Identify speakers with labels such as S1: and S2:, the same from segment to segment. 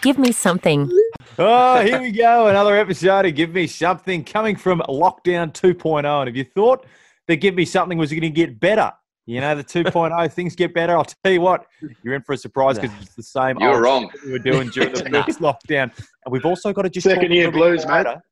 S1: Give me something.
S2: Oh, here we go. Another episode of Give Me Something coming from Lockdown 2.0. And if you thought that Give Me Something was going to get better, you know, the 2.0 things get better. I'll tell you what, you're in for a surprise because it's the same.
S3: You're
S2: old
S3: wrong.
S2: shit We were doing during the first lockdown. And we've also got to just
S4: Second
S2: talk a
S4: year
S2: little bit
S4: blues, mate.
S2: quieter.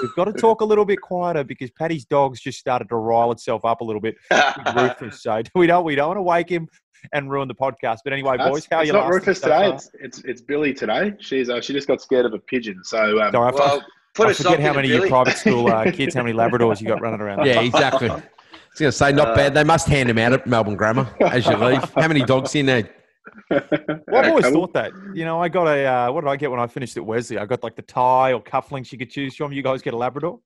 S2: We've got to talk a little bit quieter because Paddy's dog's just started to rile itself up a little bit. with Rufus, so we don't we don't want to wake him and ruin the podcast. But anyway,
S4: That's-
S2: boys, how are
S4: it's
S2: you?
S4: not
S2: lasting
S4: Rufus
S2: so
S4: today.
S2: far?
S4: It's, it's it's Billy today. She's uh, she just got scared of a pigeon. So um,
S2: Sorry, I
S3: well, put
S2: I
S3: a
S2: forget
S3: sock
S2: how
S3: in
S2: many of
S3: it,
S2: your
S3: Billy.
S2: private school uh, kids, how many Labradors you got running around.
S5: Yeah, exactly. I was going to say, not bad. They must hand him out at Melbourne Grammar as you leave. How many dogs in there?
S2: Well, I've always
S4: Okay.
S2: thought that. You know, I got a, uh, what did I get when I finished at Wesley? I got like the tie or cufflinks you could choose from. You guys get a Labrador?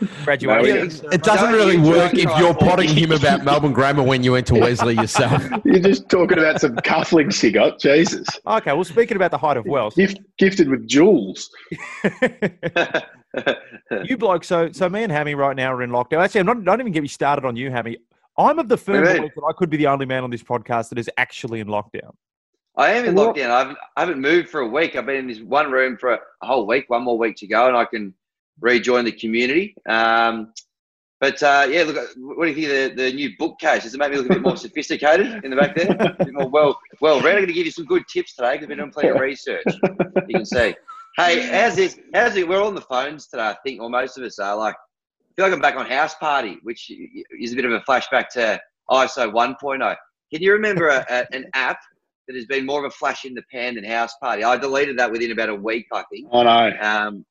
S4: No,
S2: Graduation.
S4: we-
S5: It doesn't really work if you're potting him about Melbourne Grammar when you went to Wesley yourself.
S4: you're just talking about some cufflinks you got. Jesus,
S2: Okay, well, speaking about the height of wealth,
S4: Gift, gifted with jewels.
S2: you bloke, so so me and Hammy right now are in lockdown. Actually, I'm not, don't even get me started on you, Hammy. I'm of the firm
S3: What do you
S2: belief that I could be the only man on this podcast that is actually in lockdown.
S3: I am in
S4: Well-
S3: lockdown. I've, I haven't moved for a week. I've been in this one room for a whole week, one more week to go, and I can rejoin the community. Um, but uh, yeah, look, what do you think of the, the new bookcase? Does it make me look a bit more sophisticated in the back there? A bit more well, well read. I'm going to give you some good tips today because I've been doing plenty of research. You can see. Hey, how's this? How's it? We're all on the phones today, I think, or most of us are. Like, I feel like I'm back on House Party, which is a bit of a flashback to ISO 1.0. oh. Can you remember a, a, an app that has been more of a flash in the pan than House Party. I deleted that within about a week, I think.
S4: I know.
S3: Um,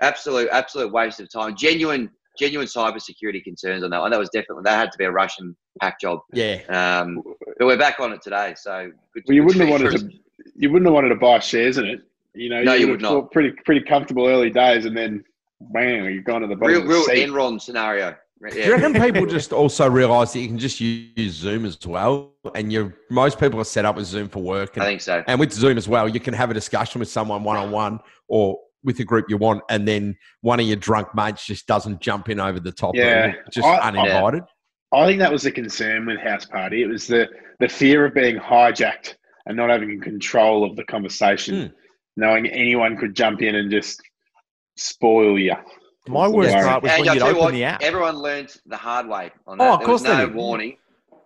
S3: absolute, absolute waste of time. Genuine, genuine cybersecurity concerns on that one. That was definitely that had to be a Russian hack job.
S5: Yeah.
S3: Um, but we're back on it today, so good,
S4: Well, you
S3: good
S4: wouldn't have
S3: for-
S4: wanted to. You wouldn't have wanted to buy shares in it. You know.
S3: No, you
S4: would've
S3: would not.
S4: felt Pretty pretty comfortable early days, and then, bam, you've gone to the bottom
S3: real,
S4: of the
S3: real
S4: sea.
S3: Enron scenario.
S5: Do you
S3: Yeah.
S5: reckon people just also realise that you can just use Zoom as well? And you most people are set up with Zoom for work.
S3: I
S5: And,
S3: think so.
S5: and with Zoom as well, you can have a discussion with someone one on one or with a group you want. And then one of your drunk mates just doesn't jump in over the top.
S4: Yeah.
S5: and Just
S4: I- I-
S5: uninvited.
S4: I think that was the concern with House Party. It was the, the fear of being hijacked and not having control of the conversation, knowing anyone could jump in and just spoil you.
S2: My
S4: It's
S2: worst
S4: worrying.
S2: part was
S3: And
S2: when
S3: I'll
S2: you'd
S3: tell you
S2: open
S3: what,
S2: the app.
S3: everyone learnt the hard way on
S2: Oh,
S3: that.
S2: of
S3: there was
S2: course they
S3: no
S2: did.
S3: warning.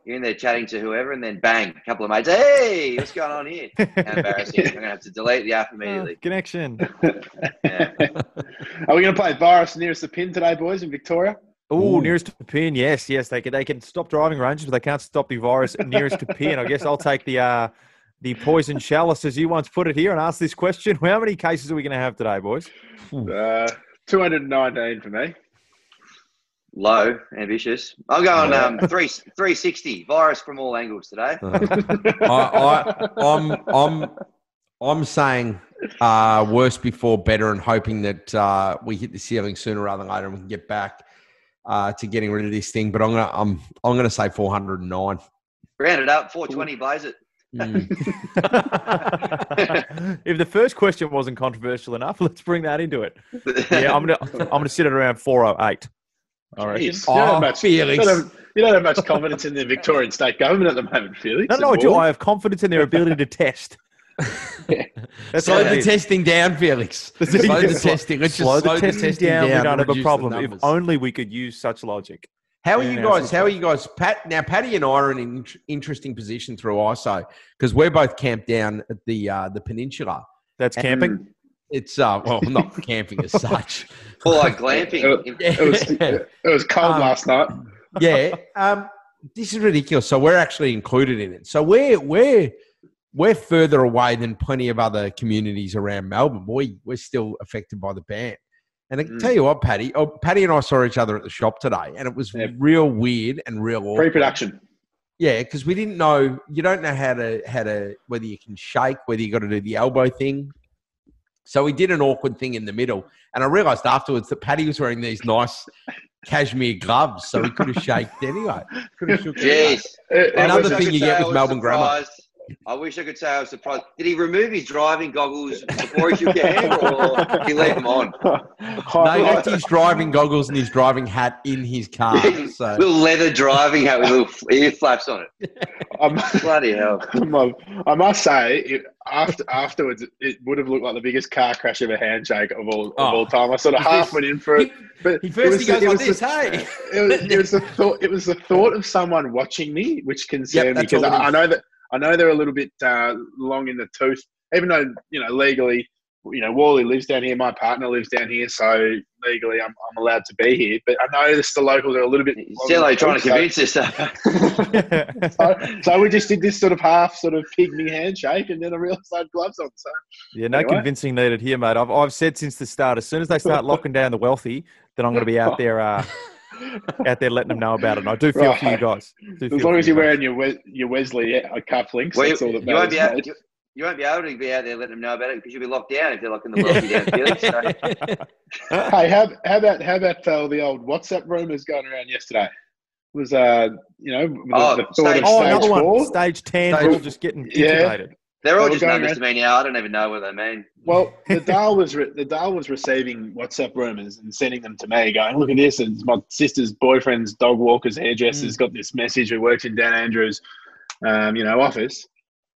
S3: You're in there chatting to whoever, and then bang, a couple of mates. Hey, what's going on here? How embarrassing. I'm going to have to delete the app immediately.
S2: Connection. Oh.
S3: Yeah.
S4: Are we going to play Virus Nearest the Pin today, boys, in Victoria?
S2: Oh,
S5: Ooh.
S2: nearest to pin. Yes, yes, they can. They can stop driving ranges, but they can't stop the virus nearest to pin. I guess I'll take the uh, the poison chalice, as you once put it here, and ask this question: How many cases are we going to have today, boys?
S4: Uh, 219 for me.
S3: low, ambitious. I'm going um, three, 360 virus from all angles today.
S5: I, I, I'm, I'm, I'm saying uh, worse before better, and hoping that uh, we hit the ceiling sooner rather than later, and we can get back uh, to getting rid of this thing. But I'm gonna, I'm, I'm gonna say 409.
S3: Round it up, 420, blaze it.
S2: Hmm.
S5: Mm.
S2: if the first question wasn't controversial enough, let's bring that into it. Yeah, I'm gonna I'm gonna sit at around four oh eight. All right.
S4: Jeez, you, don't
S5: Oh,
S4: have much, you,
S5: Felix.
S4: don't have, you don't have much confidence in the Victorian state government at the moment, Felix.
S2: No,
S4: at
S2: no, I do.
S4: all.
S2: I have confidence in their ability to test. That's
S5: Slow
S2: what it
S5: the
S2: is.
S5: testing down, Felix.
S2: The
S5: Slow
S2: thing
S5: the
S2: is-
S5: testing. Let's just
S2: Slow the testing down. We
S5: and
S2: don't have a
S5: reduce the
S2: problem. If
S5: numbers.
S2: only we could use such logic.
S5: How are
S2: Yeah,
S5: you
S2: no,
S5: guys? How are you guys? Pat now, Patty and I are in an int- interesting position through ISO because we're both camped down at the uh, the peninsula.
S2: That's camping.
S5: It's uh, well, not camping as such.
S3: Or like glamping.
S5: Oh.
S4: It was, it was cold
S5: Um,
S4: last night.
S5: yeah. Um, this is ridiculous. So we're actually included in it. So we're we're we're further away than plenty of other communities around Melbourne. We we're still affected by the ban. And I can
S4: Mm.
S5: tell you what, Patty. Oh, Patty and I saw each other at the shop today, and it was
S4: Yeah.
S5: real weird and real awkward.
S4: Pre production.
S5: Yeah, because we didn't know. You don't know how to how to whether you can shake, whether you got to do the elbow thing. So we did an awkward thing in the middle, and I realised afterwards that Paddy was wearing these nice cashmere gloves, so he could have shaked anyway. Could have shook anyway.
S3: Jeez.
S4: It, it
S5: Another
S4: was,
S5: thing you get with Melbourne Grammar.
S3: I wish I could say I was surprised. Did he remove his driving goggles before he shook your hand, or did he leave them on?
S5: No,
S4: Hi-
S5: he left his driving goggles and his driving hat in his car. So
S3: Little leather driving hat with little f- ear flaps on it.
S4: I'm-
S3: Bloody hell!
S4: I'm- I must say, it, after afterwards, it, it would have looked like the biggest car crash of a handshake of all of
S5: Oh.
S4: all time. I sort of
S5: Is
S4: half
S5: this-
S4: went in for it, but
S5: he
S4: it
S5: first he
S4: was the-
S5: goes
S4: it
S5: like
S4: was the-
S5: this, hey.
S4: it was, it was the thought. It was the thought of someone watching me, which concerned
S5: Yep,
S4: me
S5: that's
S4: because
S5: all it
S4: I, I
S5: is.
S4: know that I know they're a little bit uh, long in the tooth. Even though you know legally, you know Wally lives down here, my partner lives down here, so legally I'm, I'm allowed to be here. But I know this, the locals are a little bit. long in the
S3: Still, like trying to
S4: tooth, so-
S3: convince us.
S4: So, so we just did this sort of half sort of pygmy handshake, and then I realised I had gloves on. So
S2: Yeah, no
S4: Anyway.
S2: convincing needed here, mate. I've, I've said since the start, as soon as they start locking down the wealthy, then I'm going to be out there, uh, out there letting them know about it. And I do feel for you
S4: Right.
S2: guys. Do feel
S4: as
S2: for
S4: long as
S2: you
S4: you're
S2: guys.
S4: wearing your Wes- your Wesley uh, cufflinks,
S3: Well, you,
S4: that's all that
S3: you won't
S4: matters.
S3: be able,
S4: mate.
S3: you, you won't be able to be out there letting them know about it because you'll be locked down if they're locking the wealthy down. Felix. So,
S4: hey, how, how about how about uh, the old WhatsApp rumors going around yesterday? Was uh, you know, the,
S3: Oh,
S4: the thought
S3: stage-
S4: of
S2: Oh,
S4: stage
S2: another
S4: four.
S2: one. Stage 10,
S5: Stage-
S2: people just getting
S4: Yeah.
S2: incubated.
S3: they're all
S4: Well,
S3: just
S4: going
S3: numbers to me now. I don't even know what they mean.
S4: Well, the Dal was re- the Dal was receiving WhatsApp rumors and sending them to me, going, "Look at this! And my sister's boyfriend's dog walker's
S5: Mm.
S4: hairdresser's got this message who works in Dan Andrews, um, you know, office."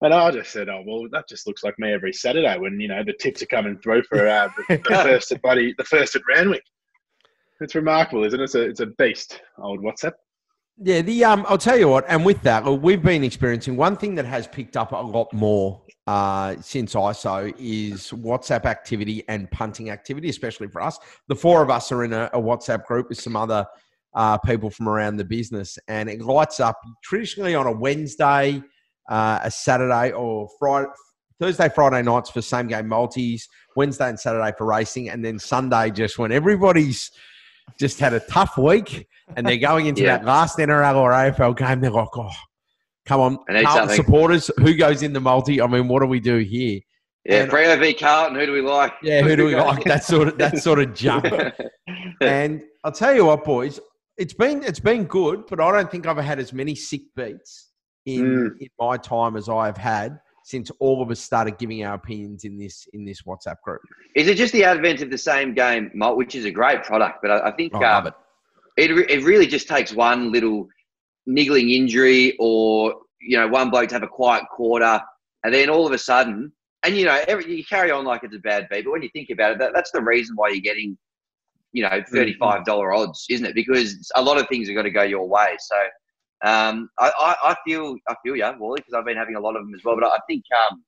S4: And I just said, "Oh well, that just looks like me every Saturday when you know the tips are coming through for uh, the, the first at buddy, the first at Ranwick." It's remarkable, isn't it? It's a, it's a beast, old WhatsApp.
S5: Yeah, the um, I'll tell you what, and with that, look, we've been experiencing one thing that has picked up a lot more uh, since ISO is WhatsApp activity and punting activity, especially for us. The four of us are in a, a WhatsApp group with some other uh, people from around the business, and it lights up traditionally on a Wednesday, uh, a Saturday, or Friday, Thursday, Friday nights for same game multis, Wednesday and Saturday for racing, and then Sunday just when everybody's just had a tough week and they're going into
S3: Yeah.
S5: that last NRL or AFL game, they're like, oh, come on,
S3: I need
S5: Carlton
S3: something.
S5: supporters, who goes in the multi? I mean, what do we do here?
S3: Yeah,
S5: And-
S3: Freo v Carlton. Who do we like?
S5: Yeah, who do we like? That sort of that sort of jump. and I'll tell you what, boys, it's been it's been good, but I don't think I've had as many sick beats in,
S3: Hmm.
S4: Mm.
S5: in my time as I have had since all of us started giving our opinions in this in this WhatsApp group.
S3: Is it just the advent of the same game malt, which is a great product, but I, I
S4: Oh,
S3: think
S5: Oh, I
S3: uh,
S5: love it.
S3: it, re- it really just takes one little niggling injury or you know one bloke to have a quiet quarter and then all of a sudden and you know every, you carry on like it's a bad beat but when you think about it that, that's the reason why you're getting you
S5: Mm.
S3: know $35 odds isn't it because a lot of things are going to go your way so um, I, I, I feel I feel yeah Wally because I've been having a lot of them as well but I, I think um,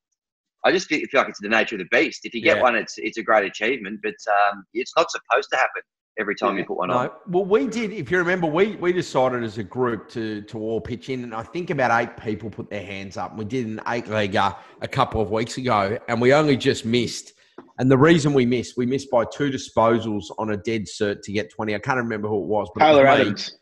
S3: I just feel, feel like it's the nature of the beast if you get
S5: Yeah.
S3: one it's it's a great achievement but um, it's not supposed to happen every time you put one on
S5: No, well, we did. If you remember, we we decided as a group to to all pitch in, and I think about eight people put their hands up. We did an eight legger a couple of weeks ago, and we only just missed. And the reason we missed, we missed by two disposals on a dead cert to get twenty. I can't remember who it was, but it was
S4: Taylor
S5: me.
S4: Adams.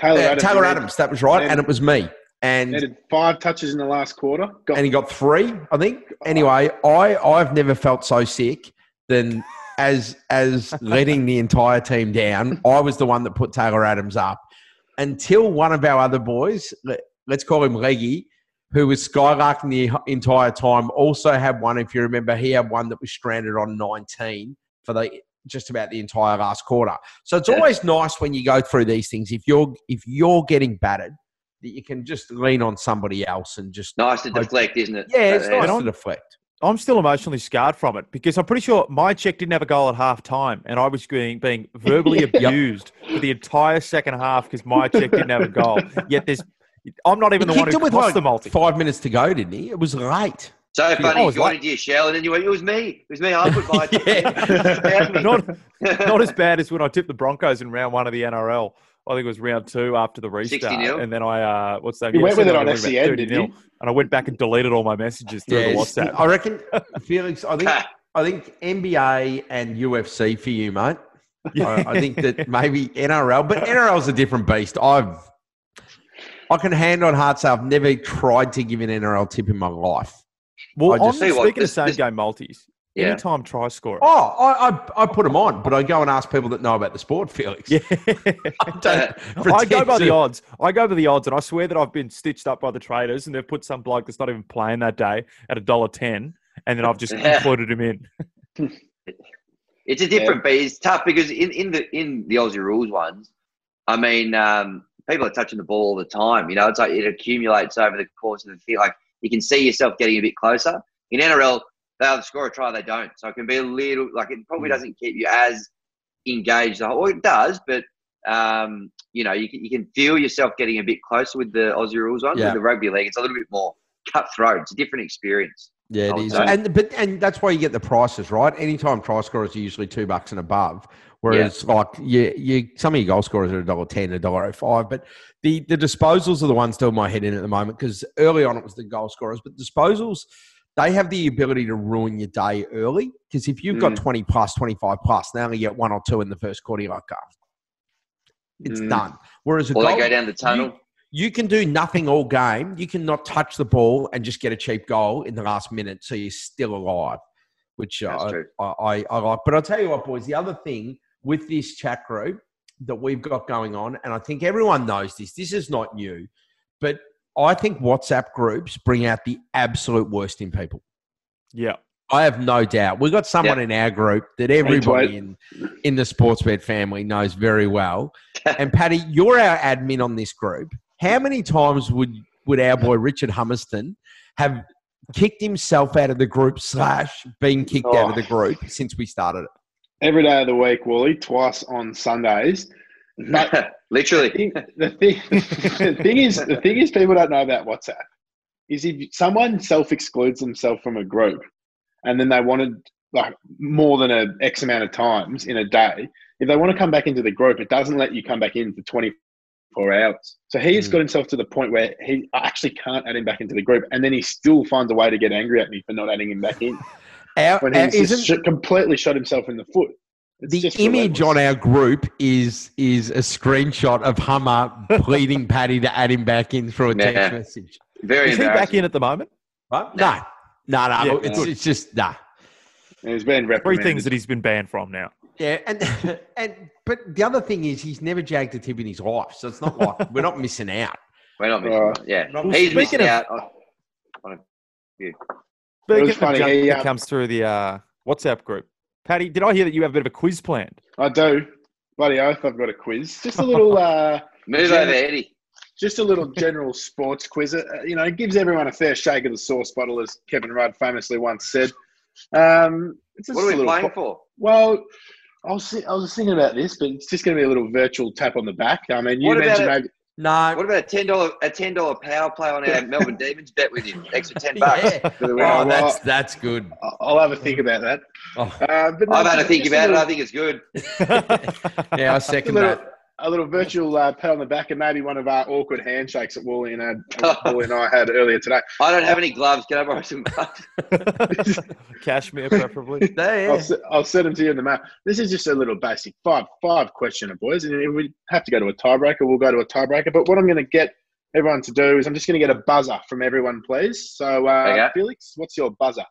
S4: Taylor
S5: Yeah,
S4: Adams.
S5: Taylor
S4: he had-
S5: Adams. That was right,
S4: Then-
S5: and it was me.
S4: he
S5: And
S4: had five touches in the last quarter. Got
S5: and he got three, I think. Anyway, I I've never felt so sick than as as letting the entire team down. I was the one that put Taylor Adams up until one of our other boys, let, us call him Leggy, who was skylarking the entire time. Also had one, if you remember, he had one that was stranded on nineteen for the just about the entire last quarter. So it's
S3: Yeah.
S5: always nice when you go through these things. If you're if you're getting battered, that you can just lean on somebody else and just
S3: Nice to
S5: I-
S3: deflect, isn't it?
S5: yeah, it's
S3: Uh,
S5: nice to
S2: on-
S5: deflect.
S2: I'm still emotionally scarred from it because I'm pretty sure my check didn't have a goal at half time and I was being, being verbally abused for the entire second half because my check didn't have a goal. Yet there's, I'm not even the one who
S5: it
S2: lost
S5: with like
S2: the multi.
S5: five minutes to go, didn't he? It was late.
S3: So funny,
S5: I
S3: you
S5: was
S3: went
S5: Oh, like-
S3: into your shell and then you went, it was me. It was me. I put my
S2: Not, not as bad as when I tipped the Broncos in round one of the NRL. I think it was round two after the
S3: 60-0.
S2: restart. And then I, uh, what's that?
S4: You went with it on SCN,
S2: SCN,
S4: didn't you?
S2: And I went back and deleted all my messages through the
S5: Yes.
S2: WhatsApp.
S5: I reckon, Felix. I think I think NBA and UFC for you, mate. I, I think that maybe NRL, but NRL's a different beast. I've I can hand on heart say I've never tried to give an NRL tip in my life. I
S2: Well,
S5: just-
S2: on,
S3: Tell you
S2: speaking
S3: what,
S2: of
S3: this-
S2: same
S3: this-
S2: game multis,
S3: Yeah.
S2: Anytime try scorer.
S5: Oh, I, I, I put him on, but I go and ask people that know about the sport, Felix.
S2: Yeah.
S5: I don't
S2: I go
S5: pretend
S2: by the
S5: to-
S2: odds. I go by the odds, and I swear that I've been stitched up by the traders, and they've put some bloke that's not even playing that day at a dollar ten, and then I've just
S3: Yeah.
S2: included him in.
S3: It's a different beat. It's tough because in, in the in the Aussie rules ones, I mean, um, people are touching the ball all the time. You know, it's like it accumulates over the course of the field. Like you can see yourself getting a bit closer. In NRL, they'll score a try, they don't. So it can be a little like it probably doesn't keep you as engaged. The whole, well, it does, but um, you know, you can, you can feel yourself getting a bit closer with the Aussie rules one.
S5: Yeah.
S3: With the rugby league, it's a little bit more cutthroat. It's a different experience.
S5: Yeah,
S3: I
S5: it
S3: would
S5: is.
S3: say.
S5: And but and that's why you get the prices right. Anytime try scorers are usually two bucks and above, whereas like you, you some of your goal scorers are a dollar ten, a dollar oh five. But the the disposals are the ones still my head in at the moment because early on it was the goal scorers, but disposals they have the ability to ruin your day early because if you've got
S4: Mm.
S5: twenty plus, twenty five plus, they only get one or two in the first quarter. You're like, oh, it's
S4: Mm.
S5: done. Whereas a
S3: Or
S5: goal,
S3: they go down the tunnel.
S5: you can do nothing all game. You cannot touch the ball and just get a cheap goal in the last minute, so you're still alive, which
S3: That's
S5: I,
S3: true.
S5: I, I, I like. But I'll tell you what, boys, the other thing with this chat group that we've got going on, and I think everyone knows this, this is not new, but I think WhatsApp groups bring out the absolute worst in people.
S2: Yeah.
S5: I have no doubt. We've got someone in our group that everybody in, in the Sportsbet family knows very well. and Patty, you're our admin on this group. How many times would, would our boy Richard Hummerston have kicked himself out of the group slash been kicked out
S4: Oh.
S5: of the group since we started it?
S4: Every day of the week, Wally, twice on Sundays. But
S3: Literally.
S4: thing- the thing, the thing is, the thing is, people don't know about WhatsApp. Is if someone self-excludes themselves from a group, and then they wanted like more than a x amount of times in a day, if they want to come back into the group, it doesn't let you come back in for twenty-four hours. So he has
S5: Mm.
S4: got himself to the point where he I actually can't add him back into the group, and then he still finds a way to get angry at me for not adding him back in
S5: Our,
S4: when
S5: our-
S4: he's just
S5: Uh, isn't
S4: sh- completely shot himself in the foot. It's
S5: the
S4: just
S5: image
S4: relentless.
S5: on our group is is a screenshot of Hummer pleading Patty to add him back in through a text
S3: Yeah.
S5: message.
S3: Very
S2: Is he back
S3: embarrassing.
S2: in at the moment?
S5: Right? No, no, no.
S2: Yeah.
S5: it's, it's just nah.
S4: And he's been
S2: Three
S4: reprimanded.
S2: things that he's been banned from now.
S5: Yeah, and and but the other thing is he's never jagged a tip in his life, so it's not like we're not missing out.
S3: We're not missing.
S4: Right.
S3: Yeah,
S5: Not
S3: he's
S2: speaking
S3: missing
S2: of-
S3: out. on-
S4: It was
S2: Speaking of
S4: funny,
S2: junk
S4: he,
S2: that
S4: uh,
S2: comes through the uh, WhatsApp group. Patty, did I hear that you have a bit of a quiz planned?
S4: I do. Bloody oath, I've got a quiz. Just a little, uh,
S3: Move
S4: Yeah.
S3: over, Eddie.
S4: just a little general sports quiz. Uh, you know, it gives everyone a fair shake of the sauce bottle, as Kevin Rudd famously once said. Um, it's just
S3: What are
S4: a
S3: we
S4: little
S3: playing
S4: qu-
S3: for?
S4: Well, I was, thi- I was thinking about this, but it's just going to be a little virtual tap on the back. I mean, you
S3: What about
S4: mentioned
S3: it-
S4: maybe
S5: No,
S3: What about a ten dollar a ten dollar power play on our Melbourne Demons bet with him? Extra ten bucks.
S5: yeah.
S3: for the win.
S5: Oh,
S4: well,
S5: that's that's good.
S4: I- I'll have a think about that.
S5: Oh,
S4: Uh, but no,
S3: I've had to think
S4: just a
S3: about it.
S4: little-
S3: I think it's good.
S5: yeah, I
S4: just a
S5: second
S4: little,
S5: that.
S4: a little virtual uh, pat on the back, and maybe one of our awkward handshakes that Wally and, I, Wally and I had earlier today.
S3: I don't have any gloves. Can I borrow some gloves?
S2: Cashmere, preferably.
S5: Yeah,
S4: I'll,
S5: yeah.
S4: se- I'll send them to you in the mail. This is just a little basic five five questioner, boys. And if we have to go to a tiebreaker, we'll go to a tiebreaker. But what I'm going to get everyone to do is I'm just going to get a buzzer from everyone, please. So, uh,
S3: Okay.
S4: Felix, what's your buzzer?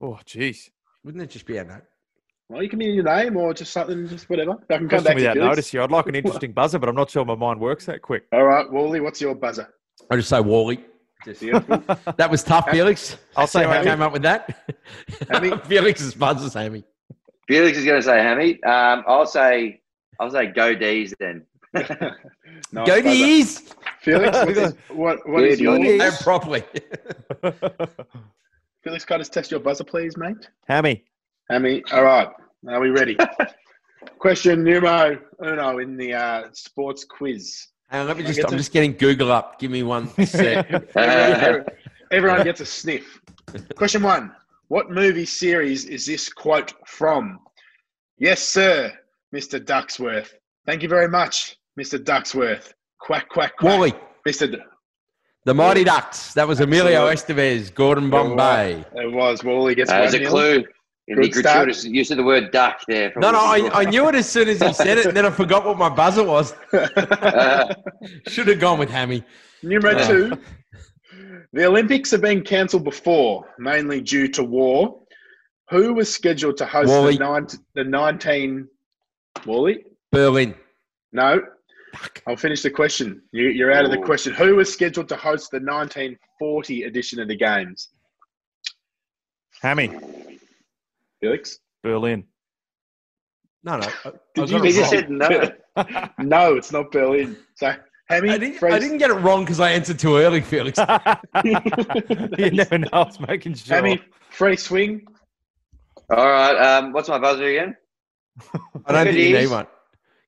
S2: Oh, jeez.
S5: Wouldn't it just be our note?
S4: Well, you can be your name or just something, just whatever. I can come
S2: Question
S4: back to
S2: without
S4: Felix.
S2: notice here. I'd like an interesting buzzer, but I'm not sure my mind works that quick.
S4: All right, Wally, what's your buzzer?
S5: I just say Wally. Just-
S4: Beautiful.
S5: that was tough, Felix.
S2: I'll
S5: See
S2: say
S5: how I
S2: Hammy.
S5: came up with that.
S4: Hammy.
S5: Felix's buzz is Hammy.
S3: Felix is going to say Hammy. Um, I'll say I'll say go D's then.
S4: Nice
S5: Go to
S4: Oh,
S5: E.
S4: buzzer.
S5: ears
S4: Felix, what is, what, what is
S3: Good, good.
S4: yours?
S5: and properly.
S4: Felix, can I just test your buzzer, please, mate?
S2: Hammy.
S4: Hammy, all right. Are we ready? Question numero uno in the uh, sports quiz.
S5: Hang on, let me
S4: I
S5: just.
S4: get
S5: I'm
S4: to-
S5: just getting Google up. Give me one sec.
S3: Uh,
S4: Everyone, everyone gets a sniff. Question one What movie series is this quote from? Yes, sir, Mr. Ducksworth. Thank you very much, Mr. Ducksworth. Quack, quack, quack.
S5: Wally,
S4: Mr. D-
S5: the Mighty Ducks. That was Emilio Estevez, Gordon Bombay.
S4: It was Wally gets
S3: As
S4: one
S3: a
S4: nil.
S3: clue. In the
S4: Good start.
S3: gratuitous use of the word duck there. from-
S5: No, no, I, I knew it as soon as he said it, and then I forgot what my buzzer was.
S3: Uh,
S5: Should have gone with Hammy.
S4: Numero
S5: Yeah.
S4: two. The Olympics have been cancelled before, mainly due to war. Who was scheduled to host
S5: Wally.
S4: the, nine, the 19 Wally?
S5: Berlin.
S4: No.
S5: Fuck.
S4: I'll finish the question. You, you're out of the
S3: Ooh.
S4: question. Who was scheduled to host the 1940 edition of the games?
S2: Hammy,
S4: Felix?
S2: Berlin.
S5: No, no. I- I got
S4: Did you
S5: it
S3: He just
S5: wrong.
S3: said no.
S4: no, it's not Berlin. So, Hammy,
S5: I didn't, I
S4: Fraser-
S5: didn't get it wrong because I answered too early, Felix.
S2: you never know. I was making sure.
S4: Hammy, free swing.
S3: All right. Um, what's my buzzer again?
S5: I don't think you
S3: Geddes.
S5: need one.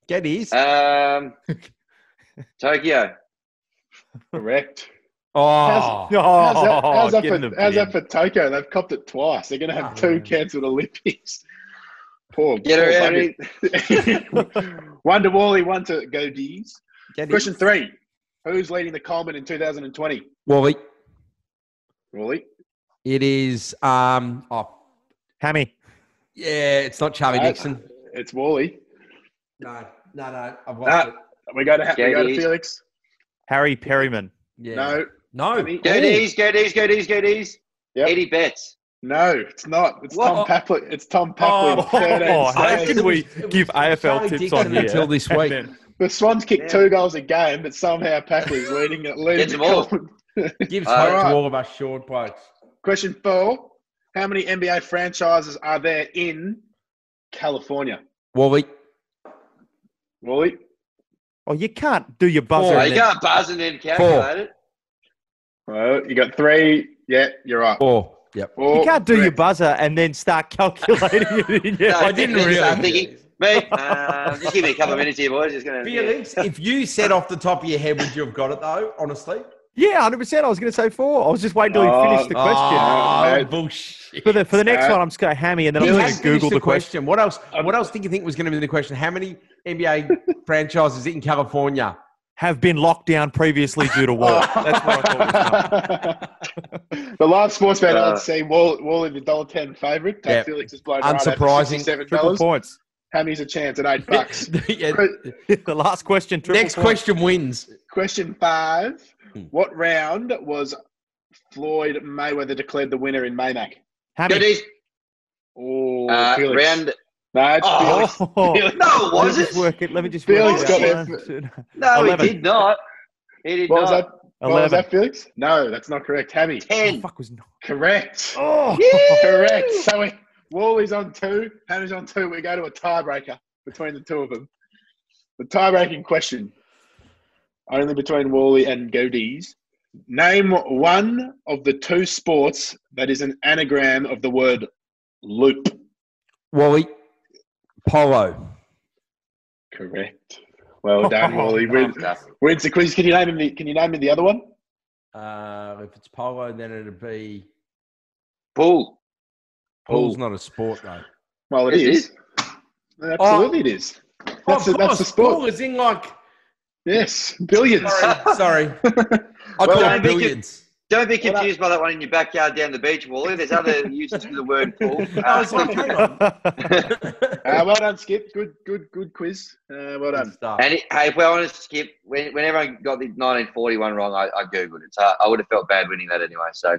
S5: Get is.
S3: Um, Tokyo.
S4: Correct.
S5: oh,
S2: oh,
S4: How's that, how's, that
S2: give
S4: for,
S2: them
S4: how's that
S2: bin.
S4: for Tokyo? They've copped it twice. They're going to have
S5: Oh,
S4: two
S5: man.
S4: cancelled Olympics. Poor.
S3: Get
S4: poor
S3: around it.
S4: bugger. one to Wally, one to Godis.
S5: Geddes.
S4: Question three Who's leading the Coleman in 2020?
S5: Wally,
S4: Wally?
S5: it is. Um, oh,
S2: Hammy.
S5: yeah, it's not Charlie
S4: No.
S5: Dixon.
S4: It's Wally.
S5: No, no, no. I've
S4: Ah.
S5: it.
S4: We go to, we go to
S3: Goodies.
S4: Felix.
S2: Harry Perryman.
S5: Yeah.
S4: No.
S5: No.
S4: Hammy.
S3: Go D's, go D's, go D's, go D's.
S4: Yep.
S3: Eddie Betts.
S4: No, it's not. It's Tom
S5: What?
S4: Papley. It's Tom Papley.
S5: Oh,
S4: in 13
S2: oh, how
S4: saves.
S2: can
S5: It
S2: we
S5: was- it
S2: give
S5: was
S2: AFL
S5: Charlie
S2: tips
S5: Dixon
S2: on here?
S5: until this
S2: And
S5: week.
S2: then-
S4: The Swans kick
S3: Yeah.
S4: two goals a game, but somehow Papley's leading it. Leading
S3: Gets
S4: the
S3: them all.
S4: Coleman.
S5: Gives
S3: All
S5: hope
S4: right.
S5: to all of us short blokes.
S4: Question four: How many NBA franchises are there in California?
S5: Wally,
S4: Wally,
S2: Oh, you can't do your buzzer.
S5: Four.
S3: Oh,
S2: and
S3: you
S2: then-
S3: can't buzz and then calculate it.
S4: well, you got three. Yeah, you're right.
S5: four. Yep.
S4: Four,
S2: you can't do your
S4: correct.
S2: buzzer and then start calculating it in your
S3: No,
S5: I didn't
S3: then you start
S5: really.
S3: thinking, Mate, um, just give me a couple of minutes here, boys. Just gonna. yeah.
S5: Felix, if you said off the top of your head, would you have got it though? Honestly.
S2: Yeah, hundred percent. I was going to say four. I was just waiting till he
S4: Oh,
S2: finished the question.
S5: Oh,
S4: Mate.
S5: bullshit.
S2: for the for the next
S4: Uh,
S2: one, I'm just going to hammy, and then
S5: He
S2: I'm
S5: has
S2: going to
S5: finished
S2: Google the question.
S5: What else? What else did you think was going to be the question? How many NBA franchises in California?
S2: Have been locked down previously due to war. That's what I thought. was coming.
S4: the live sports bet
S3: Uh,
S4: I'd see Wall, Wally the dollar ten favorite. Take
S5: Yeah.
S4: Felix is blown
S5: Unsurprising.
S4: Seven
S2: Triple
S4: dollars.
S2: points.
S4: Hammy's a chance at eight bucks.
S5: Yeah.
S2: the last question. Triple
S5: Next
S2: points.
S5: question wins.
S4: Question five:
S5: Hmm.
S4: What round was Floyd Mayweather declared the winner in Maymac?
S3: Go
S2: Hammy.
S3: D's.
S4: Oh,
S3: Uh,
S4: Felix.
S3: round.
S4: No, it's
S3: Oh.
S4: Felix.
S2: Oh,
S4: Felix.
S3: No,
S2: let me
S3: was
S2: just
S3: it?
S2: work it. Let me just work
S4: Billy's
S2: it.
S4: got
S2: out.
S3: No,
S2: Eleven.
S3: he did not. He did
S4: What was
S3: not.
S4: that? What was
S2: Eleven.
S4: that, Felix? No, that's not correct. Hammy.
S2: Oh,
S3: Ten.
S2: fuck was not.
S4: Correct.
S2: Oh,
S4: Correct. So we, Wally's on two, Hammy's on two. We go to a tiebreaker between the two of them. The tiebreaking question, only between Wally and Goatees. Name one of the two sports that is an anagram of the word loop.
S5: Wally, polo.
S4: Correct. Well done, Wally. Win,
S3: Good stuff.
S4: wins the quiz. Can you name him? The, can you name me the other one?
S5: Uh, if it's polo, then it'd be
S3: Pool.
S5: pool's not a sport though.
S4: Well, it
S3: It
S4: is. Absolutely, it is. That's,
S5: Oh,
S4: a, that's the
S5: pool
S4: sport.
S5: is in like.
S4: Yes, billions.
S5: Sorry, sorry. I
S4: Well,
S5: thought
S3: I think it-
S5: billions.
S3: Don't be
S4: Well, that-
S3: confused by that one in your backyard down the beach, Wally. There's other uses for the word pool.
S5: I was like, hang on.
S4: Uh, well done, Skip. Good, good, good quiz. Uh, well
S5: Good
S4: done.
S5: stuff.
S3: And it, hey, if we're honest, Skip, when, when everyone got the 1941 wrong, I, I googled it. So I would have felt bad winning that anyway. So,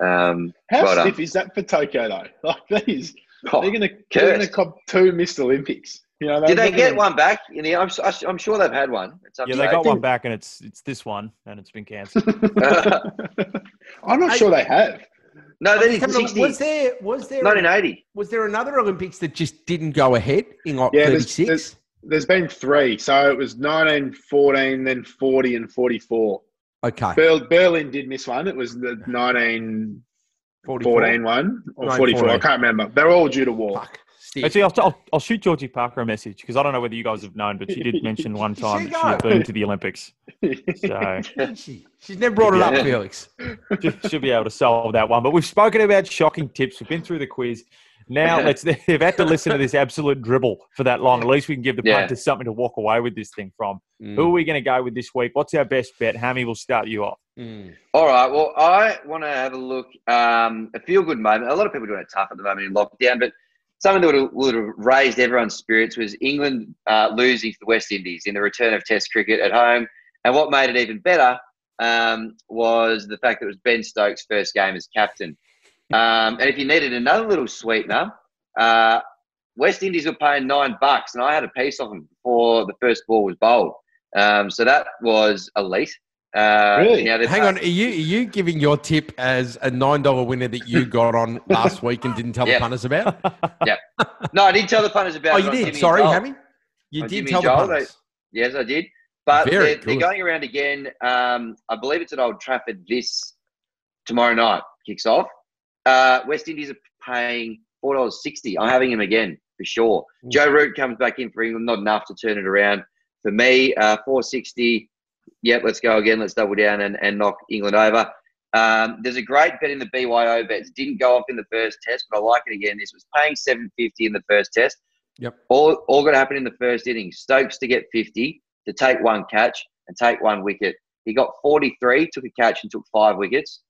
S3: um,
S4: How
S3: Well done.
S4: stiff is that for Tokyo though? Like that is,
S3: oh,
S4: they're going to they're going to
S3: cursed.
S4: cop two missed Olympics. You know,
S3: did they
S4: they're
S3: get
S4: gonna-
S3: one back? In the, I'm, s- I s- I'm sure they've had one. at some
S2: yeah, they
S3: stage.
S2: got one back, and it's it's this one, and it's been cancelled.
S4: I'm not sure they have.
S3: no, they did
S5: Hang on,
S3: 60,
S5: was there was there
S3: 1980.
S5: was there another Olympics that just didn't go ahead in like
S4: Yeah, there's-
S5: 36?
S4: there's- There's been three. So it was 1914, then 40, and 44.
S5: okay,
S4: Berl- Berlin did miss one. It was the 1914
S5: 44.
S4: one or 44.
S5: Nine
S4: I
S5: 14.
S4: can't remember. They're all due to war.
S5: Fuck, stiff.
S2: Actually, I'll, I'll, I'll shoot Georgie Parker a message because I don't know whether you guys have known, but she did mention one time that she had been to the Olympics, so
S5: She- She's never brought it
S3: Yeah.
S5: up, Felix.
S2: she should be able to solve that one. But we've spoken about shocking tips. We've been through the quiz. Now let's. They've had to listen to this absolute dribble for that long. At least we can give the
S3: Yeah.
S2: punters something to walk away with this thing from.
S5: Mm, Hmm.
S2: Who are we going to go with this week? What's our best bet? Hammy will start you off.
S5: Mm.
S3: All right. Well, I want to have a look. Um, a feel good moment. A lot of people are doing it tough at the moment in lockdown, but something that would have, would have raised everyone's spirits was England uh, losing to the West Indies in the return of Test cricket at home. And what made it even better um, was the fact that it was Ben Stokes' first game as captain. Um, and if you needed another little sweetener, uh, West Indies were paying nine bucks, and I had a piece of them before the first ball was bowled. Um, so that was elite. Uh,
S4: Really?
S3: now they're
S5: Hang
S3: paying-
S5: on, are you are you giving your tip as a nine dollar winner that you got on last week and didn't tell
S3: Yeah.
S5: the punters about?
S3: No, I did tell the punters about.
S5: Oh,
S3: it
S5: you
S3: on
S5: did.
S3: Jimmy
S5: Sorry,
S3: Dole.
S5: Hammy. You
S3: On
S5: did
S3: Jimmy
S5: tell the
S3: Dole, they-
S5: punters.
S3: Yes, I did. But
S5: Very
S3: they're, they're
S5: good.
S3: going around again. Um, I believe it's at Old Trafford this tomorrow night kicks off. Uh, West Indies are paying four dollars sixty. I'm having him again for sure.
S5: Mm.
S3: Joe Root comes back in for England, not enough to turn it around for me. Uh, four sixty. Yep, let's go again. Let's double down and, and knock England over. Um, there's a great bet in the BYO bets. Didn't go off in the first test, but I like it again. This was paying seven fifty in the first test.
S5: Yep.
S3: All all going to happen in the first inning. Stokes to get fifty, to take one catch and take one wicket. He got forty three, took a catch and took five wickets.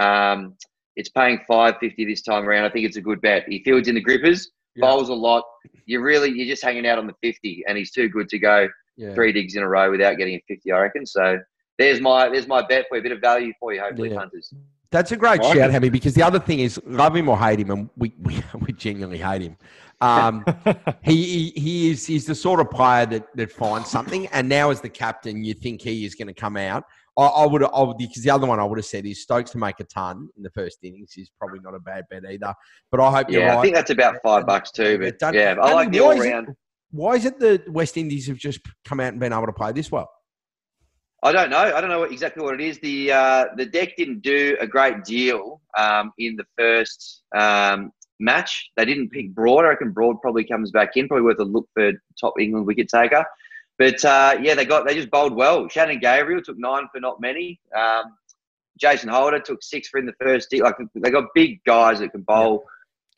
S3: Um, it's paying five fifty this time around. I think it's a good bet. He fields in the grippers,
S5: Yeah.
S3: bowls a lot. You're really you're just hanging out on the fifty, and he's too good to go
S5: Yeah.
S3: three digs in a row without getting a fifty. I reckon. So there's my there's my bet for you, a bit of value for you, hopefully,
S5: Yeah.
S3: punters.
S5: That's a great
S4: Like
S5: shout,
S4: it.
S5: Hammy, because the other thing is love him or hate him, and we, we, we genuinely hate him. Um, he, he he is he's the sort of player that, that finds something, and now as the captain, you think he is going to come out. I, I would I would because the other one I would have said is Stokes to make a ton in the first innings is probably not a bad bet either. But I hope
S3: Yeah,
S5: you're right.
S3: I think that's about five bucks too. But
S5: Done.
S3: yeah, I
S5: Done.
S3: like the
S5: Why
S3: all
S5: is it-
S3: round.
S5: Why is it the West Indies have just come out and been able to play this well?
S3: I don't know. I don't know what, exactly what it is. The uh, the deck didn't do a great deal um, in the first um, match. They didn't pick Broad. I reckon Broad probably comes back in. Probably worth a look for top England wicket taker. But uh, yeah, they got they just bowled well. Shannon Gabriel took nine for not many. Um, Jason Holder took six for in the first. deal. Like they got big guys that can bowl.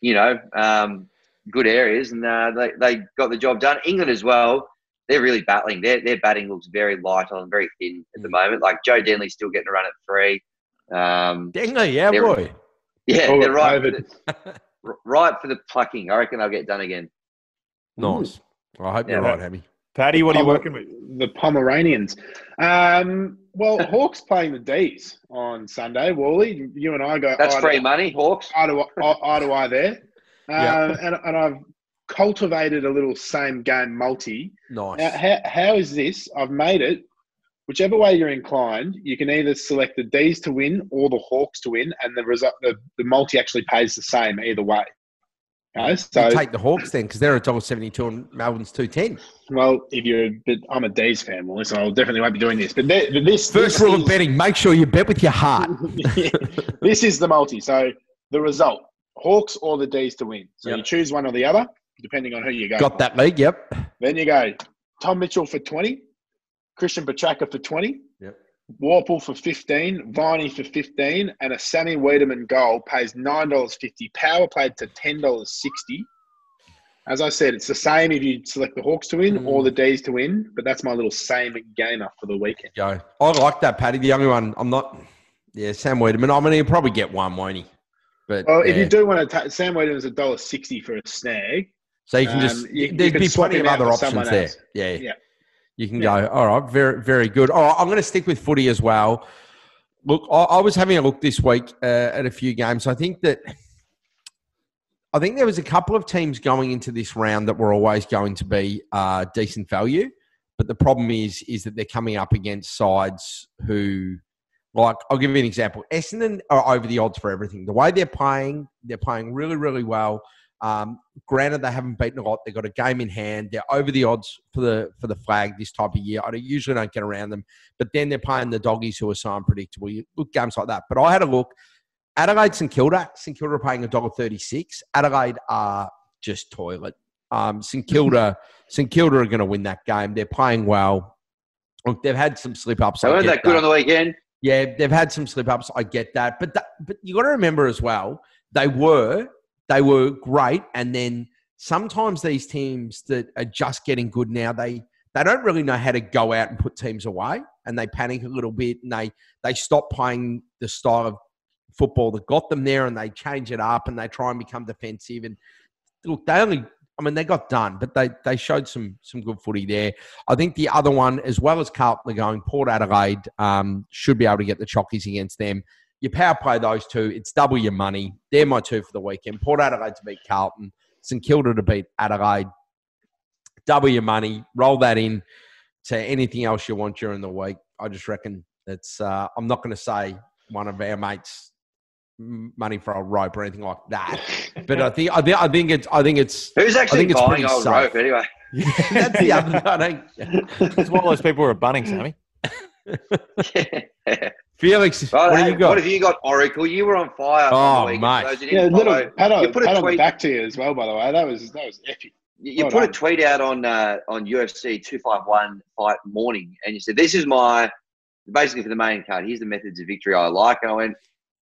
S3: You know, um, good areas, and uh, they they got the job done. England as well they're really battling. Their their batting looks very light on, very thin at the
S5: Mm.
S3: moment. Like Joe Denley's still getting a run at three. Um,
S5: Dingley, yeah,
S3: They're-
S5: boy.
S3: yeah,
S4: All
S3: they're
S4: of
S3: right, for
S4: COVID.
S3: the, r- right for the plucking. I reckon they'll get done again.
S5: Nice. I hope
S3: Yeah,
S5: you're
S2: that-
S5: right, Hammy.
S2: Paddy, what are you
S4: Pomer-
S2: working with?
S4: The Pomeranians. Um, well, Hawks playing the D's on Sunday. Wally, you and I go.
S3: That's
S4: eye to-
S3: free money, Hawks.
S4: eye to eye, eye to eye there.
S5: Yeah.
S4: Um, and, and I've cultivated a little same game multi.
S5: Nice.
S4: Now, how, how is this? I've made it. Whichever way you're inclined, you can either select the D's to win or the Hawks to win, and the result the, the multi actually pays the same either way. Okay,
S5: You
S4: so
S5: take the Hawks then, because they're a dollar seventy-two and Melbourne's two ten.
S4: well, if you're, but I'm a D's fan, well, listen, I definitely won't be doing this. But th- but this
S5: First
S4: this
S5: rule of
S4: is-
S5: betting: make sure you bet with your heart.
S4: this is the multi. So the result: Hawks or the D's to win. So
S5: Yep.
S4: you choose one or the other, depending on who you go.
S5: Got
S4: for.
S5: that league? Yep.
S4: Then you go Tom Mitchell for twenty, Christian Petraka for twenty,
S5: Yep.
S4: Warple for fifteen, Viney for fifteen, and a Sammy Wiedemann goal pays nine dollars fifty. Power played to ten dollars sixty. As I said, it's the same if you select the Hawks to
S5: Mm.
S4: win or the D's to win, but that's my little same gamer for the weekend.
S5: Go. I like that, Paddy. The only one I'm not. Yeah, Sam Wiedemann. I mean, he'll probably get one, won't he? But
S4: Well, if
S5: yeah.
S4: you do want to, ta Sam Wiedemann's a dollar sixty for a snag.
S5: so you can
S4: um,
S5: just
S4: you- you
S5: there'd
S4: can
S5: be
S4: swap
S5: plenty
S4: him
S5: of
S4: out
S5: other
S4: with someone
S5: options there.
S4: else.
S5: Yeah.
S4: Yeah.
S5: You can
S4: Yeah.
S5: go. All right. Very, very good. All right. I'm going to stick with footy as well. Look, I, I was having a look this week uh, at a few games. I think that I think there was a couple of teams going into this round that were always going to be uh, decent value, but the problem is is that they're coming up against sides who, like, I'll give you an example. Essendon are over the odds for everything. The way they're playing, they're playing really, really well. Um, granted, they haven't beaten a lot. They've got a game in hand. They're over the odds for the for the flag this type of year. I don't, usually don't get around them, but then they're playing the doggies who are so unpredictable. You look games like that. But I had a look. Adelaide St Kilda. St Kilda are paying a dollar thirty six. Adelaide are just toilet. Um, St Kilda. St Kilda are going to win that game. They're playing well. Look, they've had some slip ups.
S3: They weren't that good on the weekend.
S5: Yeah, they've had some slip ups. I get that, but that, but you got to remember as well, they were they were great, and then sometimes these teams that are just getting good now, they they don't really know how to go out and put teams away, and they panic a little bit, and they they stop playing the style of football that got them there, and they change it up, and they try and become defensive. And look, they only. I mean, they got done, but they, they showed some some good footy there. I think the other one, as well as Carlton are going, Port Adelaide um, should be able to get the chockies against them. You power play those two. It's double your money. They're my two for the weekend. Port Adelaide to beat Carlton. St Kilda to beat Adelaide. Double your money. Roll that in to anything else you want during the week. I just reckon it's. Uh, I'm not going to say one of our mates m- money for a rope or anything like that, but I think I think I think it's I think it's
S3: Who's actually
S5: think it's
S3: buying
S5: pretty
S3: old
S5: safe.
S3: rope anyway?
S5: that's the other. I don't,
S2: It's one of those people who are bunning, Sammy.
S5: Felix,
S3: Right,
S5: what
S3: hey,
S5: do you got?
S3: What have you got, Oracle? You were on fire.
S5: Oh,
S3: on the weekend,
S5: mate.
S3: for those who
S4: Yeah,
S3: didn't
S4: little
S3: follow.
S4: pat,
S3: You
S4: on,
S3: put a
S4: pat on the
S3: tweet-
S4: back to you as well, by the way. That was that was epic.
S3: You, you
S4: Well
S3: put a
S4: done.
S3: tweet out on uh, on UFC 251 fight morning, and you said, "This is my basically for the main card. Here's the methods of victory I like." And I went,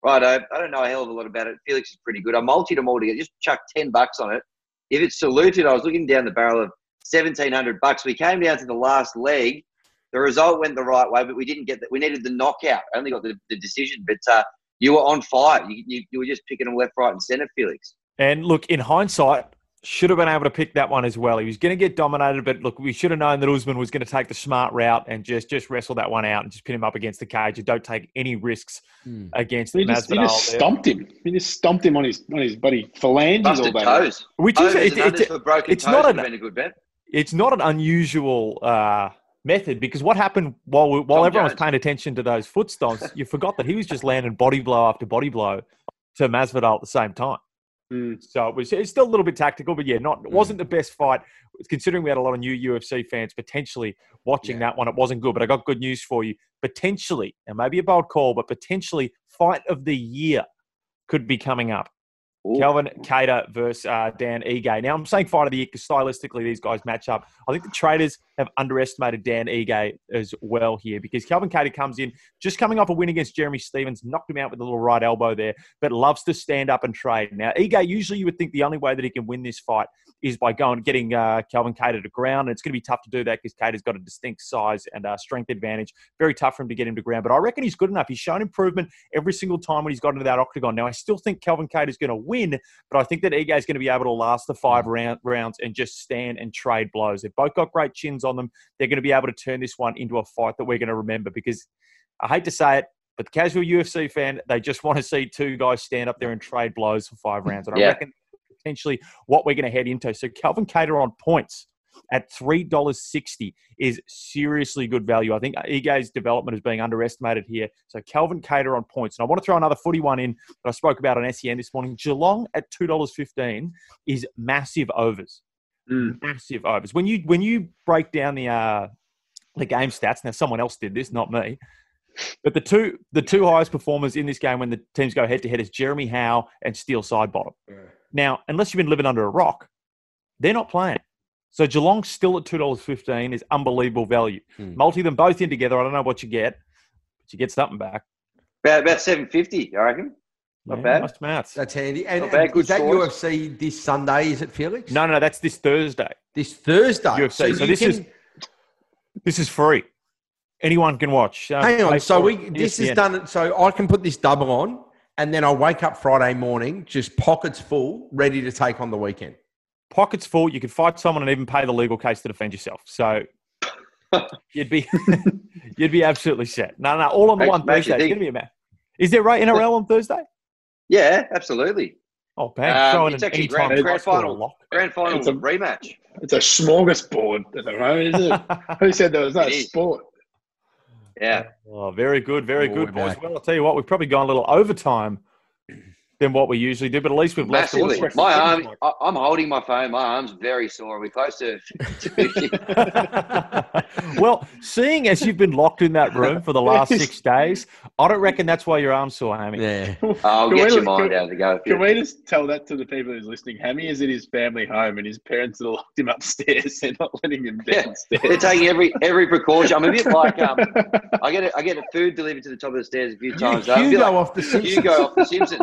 S3: "Right, I, I don't know a hell of a lot about it. Felix is pretty good. I multied them all together. Just chucked ten bucks on it. If it's saluted, I was looking down the barrel of seventeen hundred bucks. We came down to the last leg. The result went the right way, but we didn't get that. We needed the knockout. Only got the, the decision. But uh, you were on fire. You, you, you were just picking them left, right, and centre, Felix.
S2: And look, in hindsight, should have been able to pick that one as well. He was going to get dominated, but look, we should have known that Usman was going to take the smart route and just just wrestle that one out and just pin him up against the cage. You don't take any risks
S5: Hmm.
S2: against
S4: He
S2: the
S4: just, he
S2: Masvidal,
S4: just
S2: there.
S4: stomped him. He just stomped him on his on his buddy phalanges all
S3: Busted
S4: day.
S3: toes.
S2: which
S3: Overs
S2: is it,
S3: and
S2: it,
S3: unders for broken
S2: it's
S3: toes
S2: not
S3: would've
S2: an-
S3: been a good bet.
S2: it's not an unusual uh, method because what happened while we, while
S3: Tom
S2: everyone was
S3: Jones.
S2: paying attention to those foot stomps, you forgot that he was just landing body blow after body blow to Masvidal at the same time.
S4: Mm.
S2: So it was it's still a little bit tactical, but yeah, not it wasn't the best fight. Considering we had a lot of new UFC fans potentially watching
S5: Yeah.
S2: that one, it wasn't good. But I got good news for you. Potentially, and maybe a bold call, but potentially fight of the year could be coming up.
S3: Ooh.
S2: Kelvin Cater versus uh, Dan Ige. Now, I'm saying fight of the year because stylistically these guys match up. I think the traders have underestimated Dan Ige as well here because Kelvin Cater comes in just coming off a win against Jeremy Stevens, knocked him out with a little right elbow there, but loves to stand up and trade. Now, Ige, usually you would think the only way that he can win this fight is by going getting uh, Kelvin Cater to ground, and it's going to be tough to do that because Cater's got a distinct size and uh, strength advantage. Very tough for him to get him to ground, but I reckon he's good enough. He's shown improvement every single time when he's got into that octagon. Now, I still think Calvin Cade is going to win, but I think that Ige is going to be able to last the five round, rounds and just stand and trade blows. They've both got great chins on them. They're going to be able to turn this one into a fight that we're going to remember because I hate to say it, but the casual UFC fan, they just want to see two guys stand up there and trade blows for five rounds. And I
S3: Yeah.
S2: reckon potentially what we're going to head into. So Calvin Cater on points at $3.60 is seriously good value. I think Ige's development is being underestimated here. So Calvin Cater on points. And I want to throw another footy one in that I spoke about on SEN this morning. Geelong at $2.15 is massive overs.
S4: Mm.
S2: Massive overs. When you when you break down the uh, the game stats, now someone else did this, not me. But the two the two highest performers in this game when the teams go head to head is Jeremy Howe and Steel Sidebottom. Now, unless you've been living under a rock, they're not playing. So Geelong still at two dollars fifteen is unbelievable value.
S5: Hmm.
S2: Multi them both in together. I don't know what you get, but you get something back.
S3: About, about 750, I reckon. Not bad.
S2: Nice maths.
S5: That's handy. And,
S3: Not bad,
S5: and
S3: good
S5: is that
S3: choice.
S5: UFC this Sunday? Is it Felix?
S2: No, no, no. That's this Thursday.
S5: this Thursday.
S2: UFC. So
S5: you
S2: this is- This is free. Anyone can watch. Uh,
S5: Hang
S2: pay
S5: on. So
S2: for
S5: we
S2: it. E
S5: this is
S2: ESPN.
S5: done. So I can put this double on, and then I wake up Friday morning just pockets full, ready to take on the weekend.
S2: Pockets full. You could fight someone and even pay the legal case to defend yourself. So you'd be you'd be absolutely set. No, no. All on the
S3: Makes-
S2: one
S3: makes you
S2: Thursday. It's
S3: think.
S2: gonna be a match. Is there right NRL on Thursday?
S3: Yeah, absolutely.
S2: Oh, bang.
S3: Um,
S2: Throw in
S3: it's
S2: an
S3: actually
S2: anytime
S3: grand- grand
S2: price or a
S3: final.
S2: lock.
S3: Grand final
S4: It's a-
S3: rematch.
S4: It's a smorgasbord at the moment, isn't it? Who said there was no
S3: It is.
S4: sport?
S3: Yeah.
S2: Oh, very good, very
S5: Oh,
S2: good,
S5: we're
S2: boys.
S5: back.
S2: Well, I'll tell you what, we've probably gone a little overtime than what we usually do, but at least we've left the
S3: Massively.
S2: horse
S3: My arm,
S2: racing.
S3: I, I'm holding my phone. My arm's very sore. We're close to.
S2: well, seeing as you've been locked in that room for the last six days, I don't reckon that's why your arm's sore, Amy.
S5: Yeah.
S3: I'll
S4: Can
S3: get
S4: we-
S3: your mind
S4: can-
S3: out of the go.
S4: Can we just tell that to the people who's listening? Hammy is in his family home and his parents have locked him upstairs. They're not letting him
S3: Yeah.
S4: downstairs.
S3: They're taking every every precaution. I'm a bit like um, I get a, I get a food delivered to the top of the stairs a few
S5: You
S3: times. I'm a
S5: Hugo
S3: bit like
S5: off the Simpsons.
S3: Hugo off The Simpsons.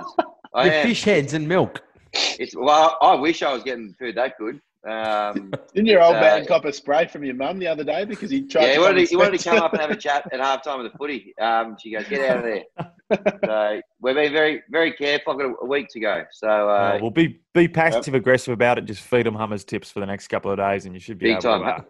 S3: I
S5: the
S3: am.
S5: fish heads and milk.
S3: It's, well, I wish I was getting food that good. Um,
S4: Didn't your old
S3: Uh,
S4: man cop a spray from your mum the other day because he tried
S3: yeah, he
S4: to
S3: wanted, to, he
S4: come
S3: wanted to
S4: inspect-
S3: come up and have a chat at half time of the footy. Um, she goes, get out of there. so we're being very, very careful. I've got a, a week to go. So
S2: Uh,
S3: uh,
S5: Oh,
S2: well, be be passive aggressive about it. Just feed them Hummers tips for the next couple of days, and you should be
S3: big
S2: able
S3: time.
S2: to. uh,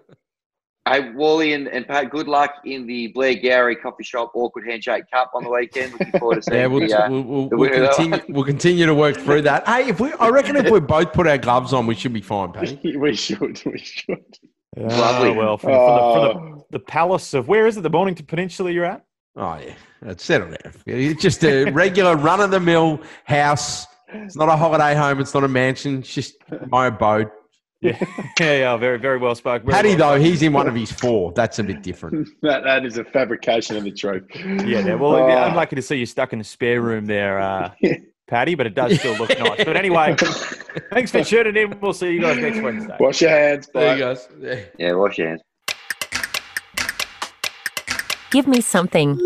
S3: Hey, Wally and, and Pat, good luck in the Blair Gowrie Coffee Shop Awkward Handshake Cup on the weekend. Looking forward to seeing
S5: Yeah, we'll,
S3: the, uh,
S5: we'll, we'll,
S3: the
S5: we'll
S3: winner of that
S5: continue, we'll continue to work through that. Hey, if we, I reckon if we both put our gloves on, we should be fine, Paddy.
S4: we should. We should. Um,
S3: Lovely.
S2: Oh, well, from, the, from, the, from
S4: Oh.
S2: the, the palace of where is it? The Mornington Peninsula you're at?
S5: Oh, yeah. That's settled down. It's just a regular run of the mill house. It's not a holiday home. It's not a mansion. It's just my abode.
S2: Yeah, yeah, yeah very, very well spoken. Very
S5: Paddy,
S2: well-
S5: though, he's in one of his four. That's a bit different.
S4: oh, that, that is a fabrication of the truth.
S2: Yeah, there. well,
S4: Oh.
S2: I'm lucky to see you stuck in the spare room there, uh, Paddy, but it does still look nice. But anyway, thanks for tuning in. We'll see you guys next Wednesday.
S4: Wash your hands. Bye.
S5: goes.
S3: yeah, wash your hands.
S1: Give me something.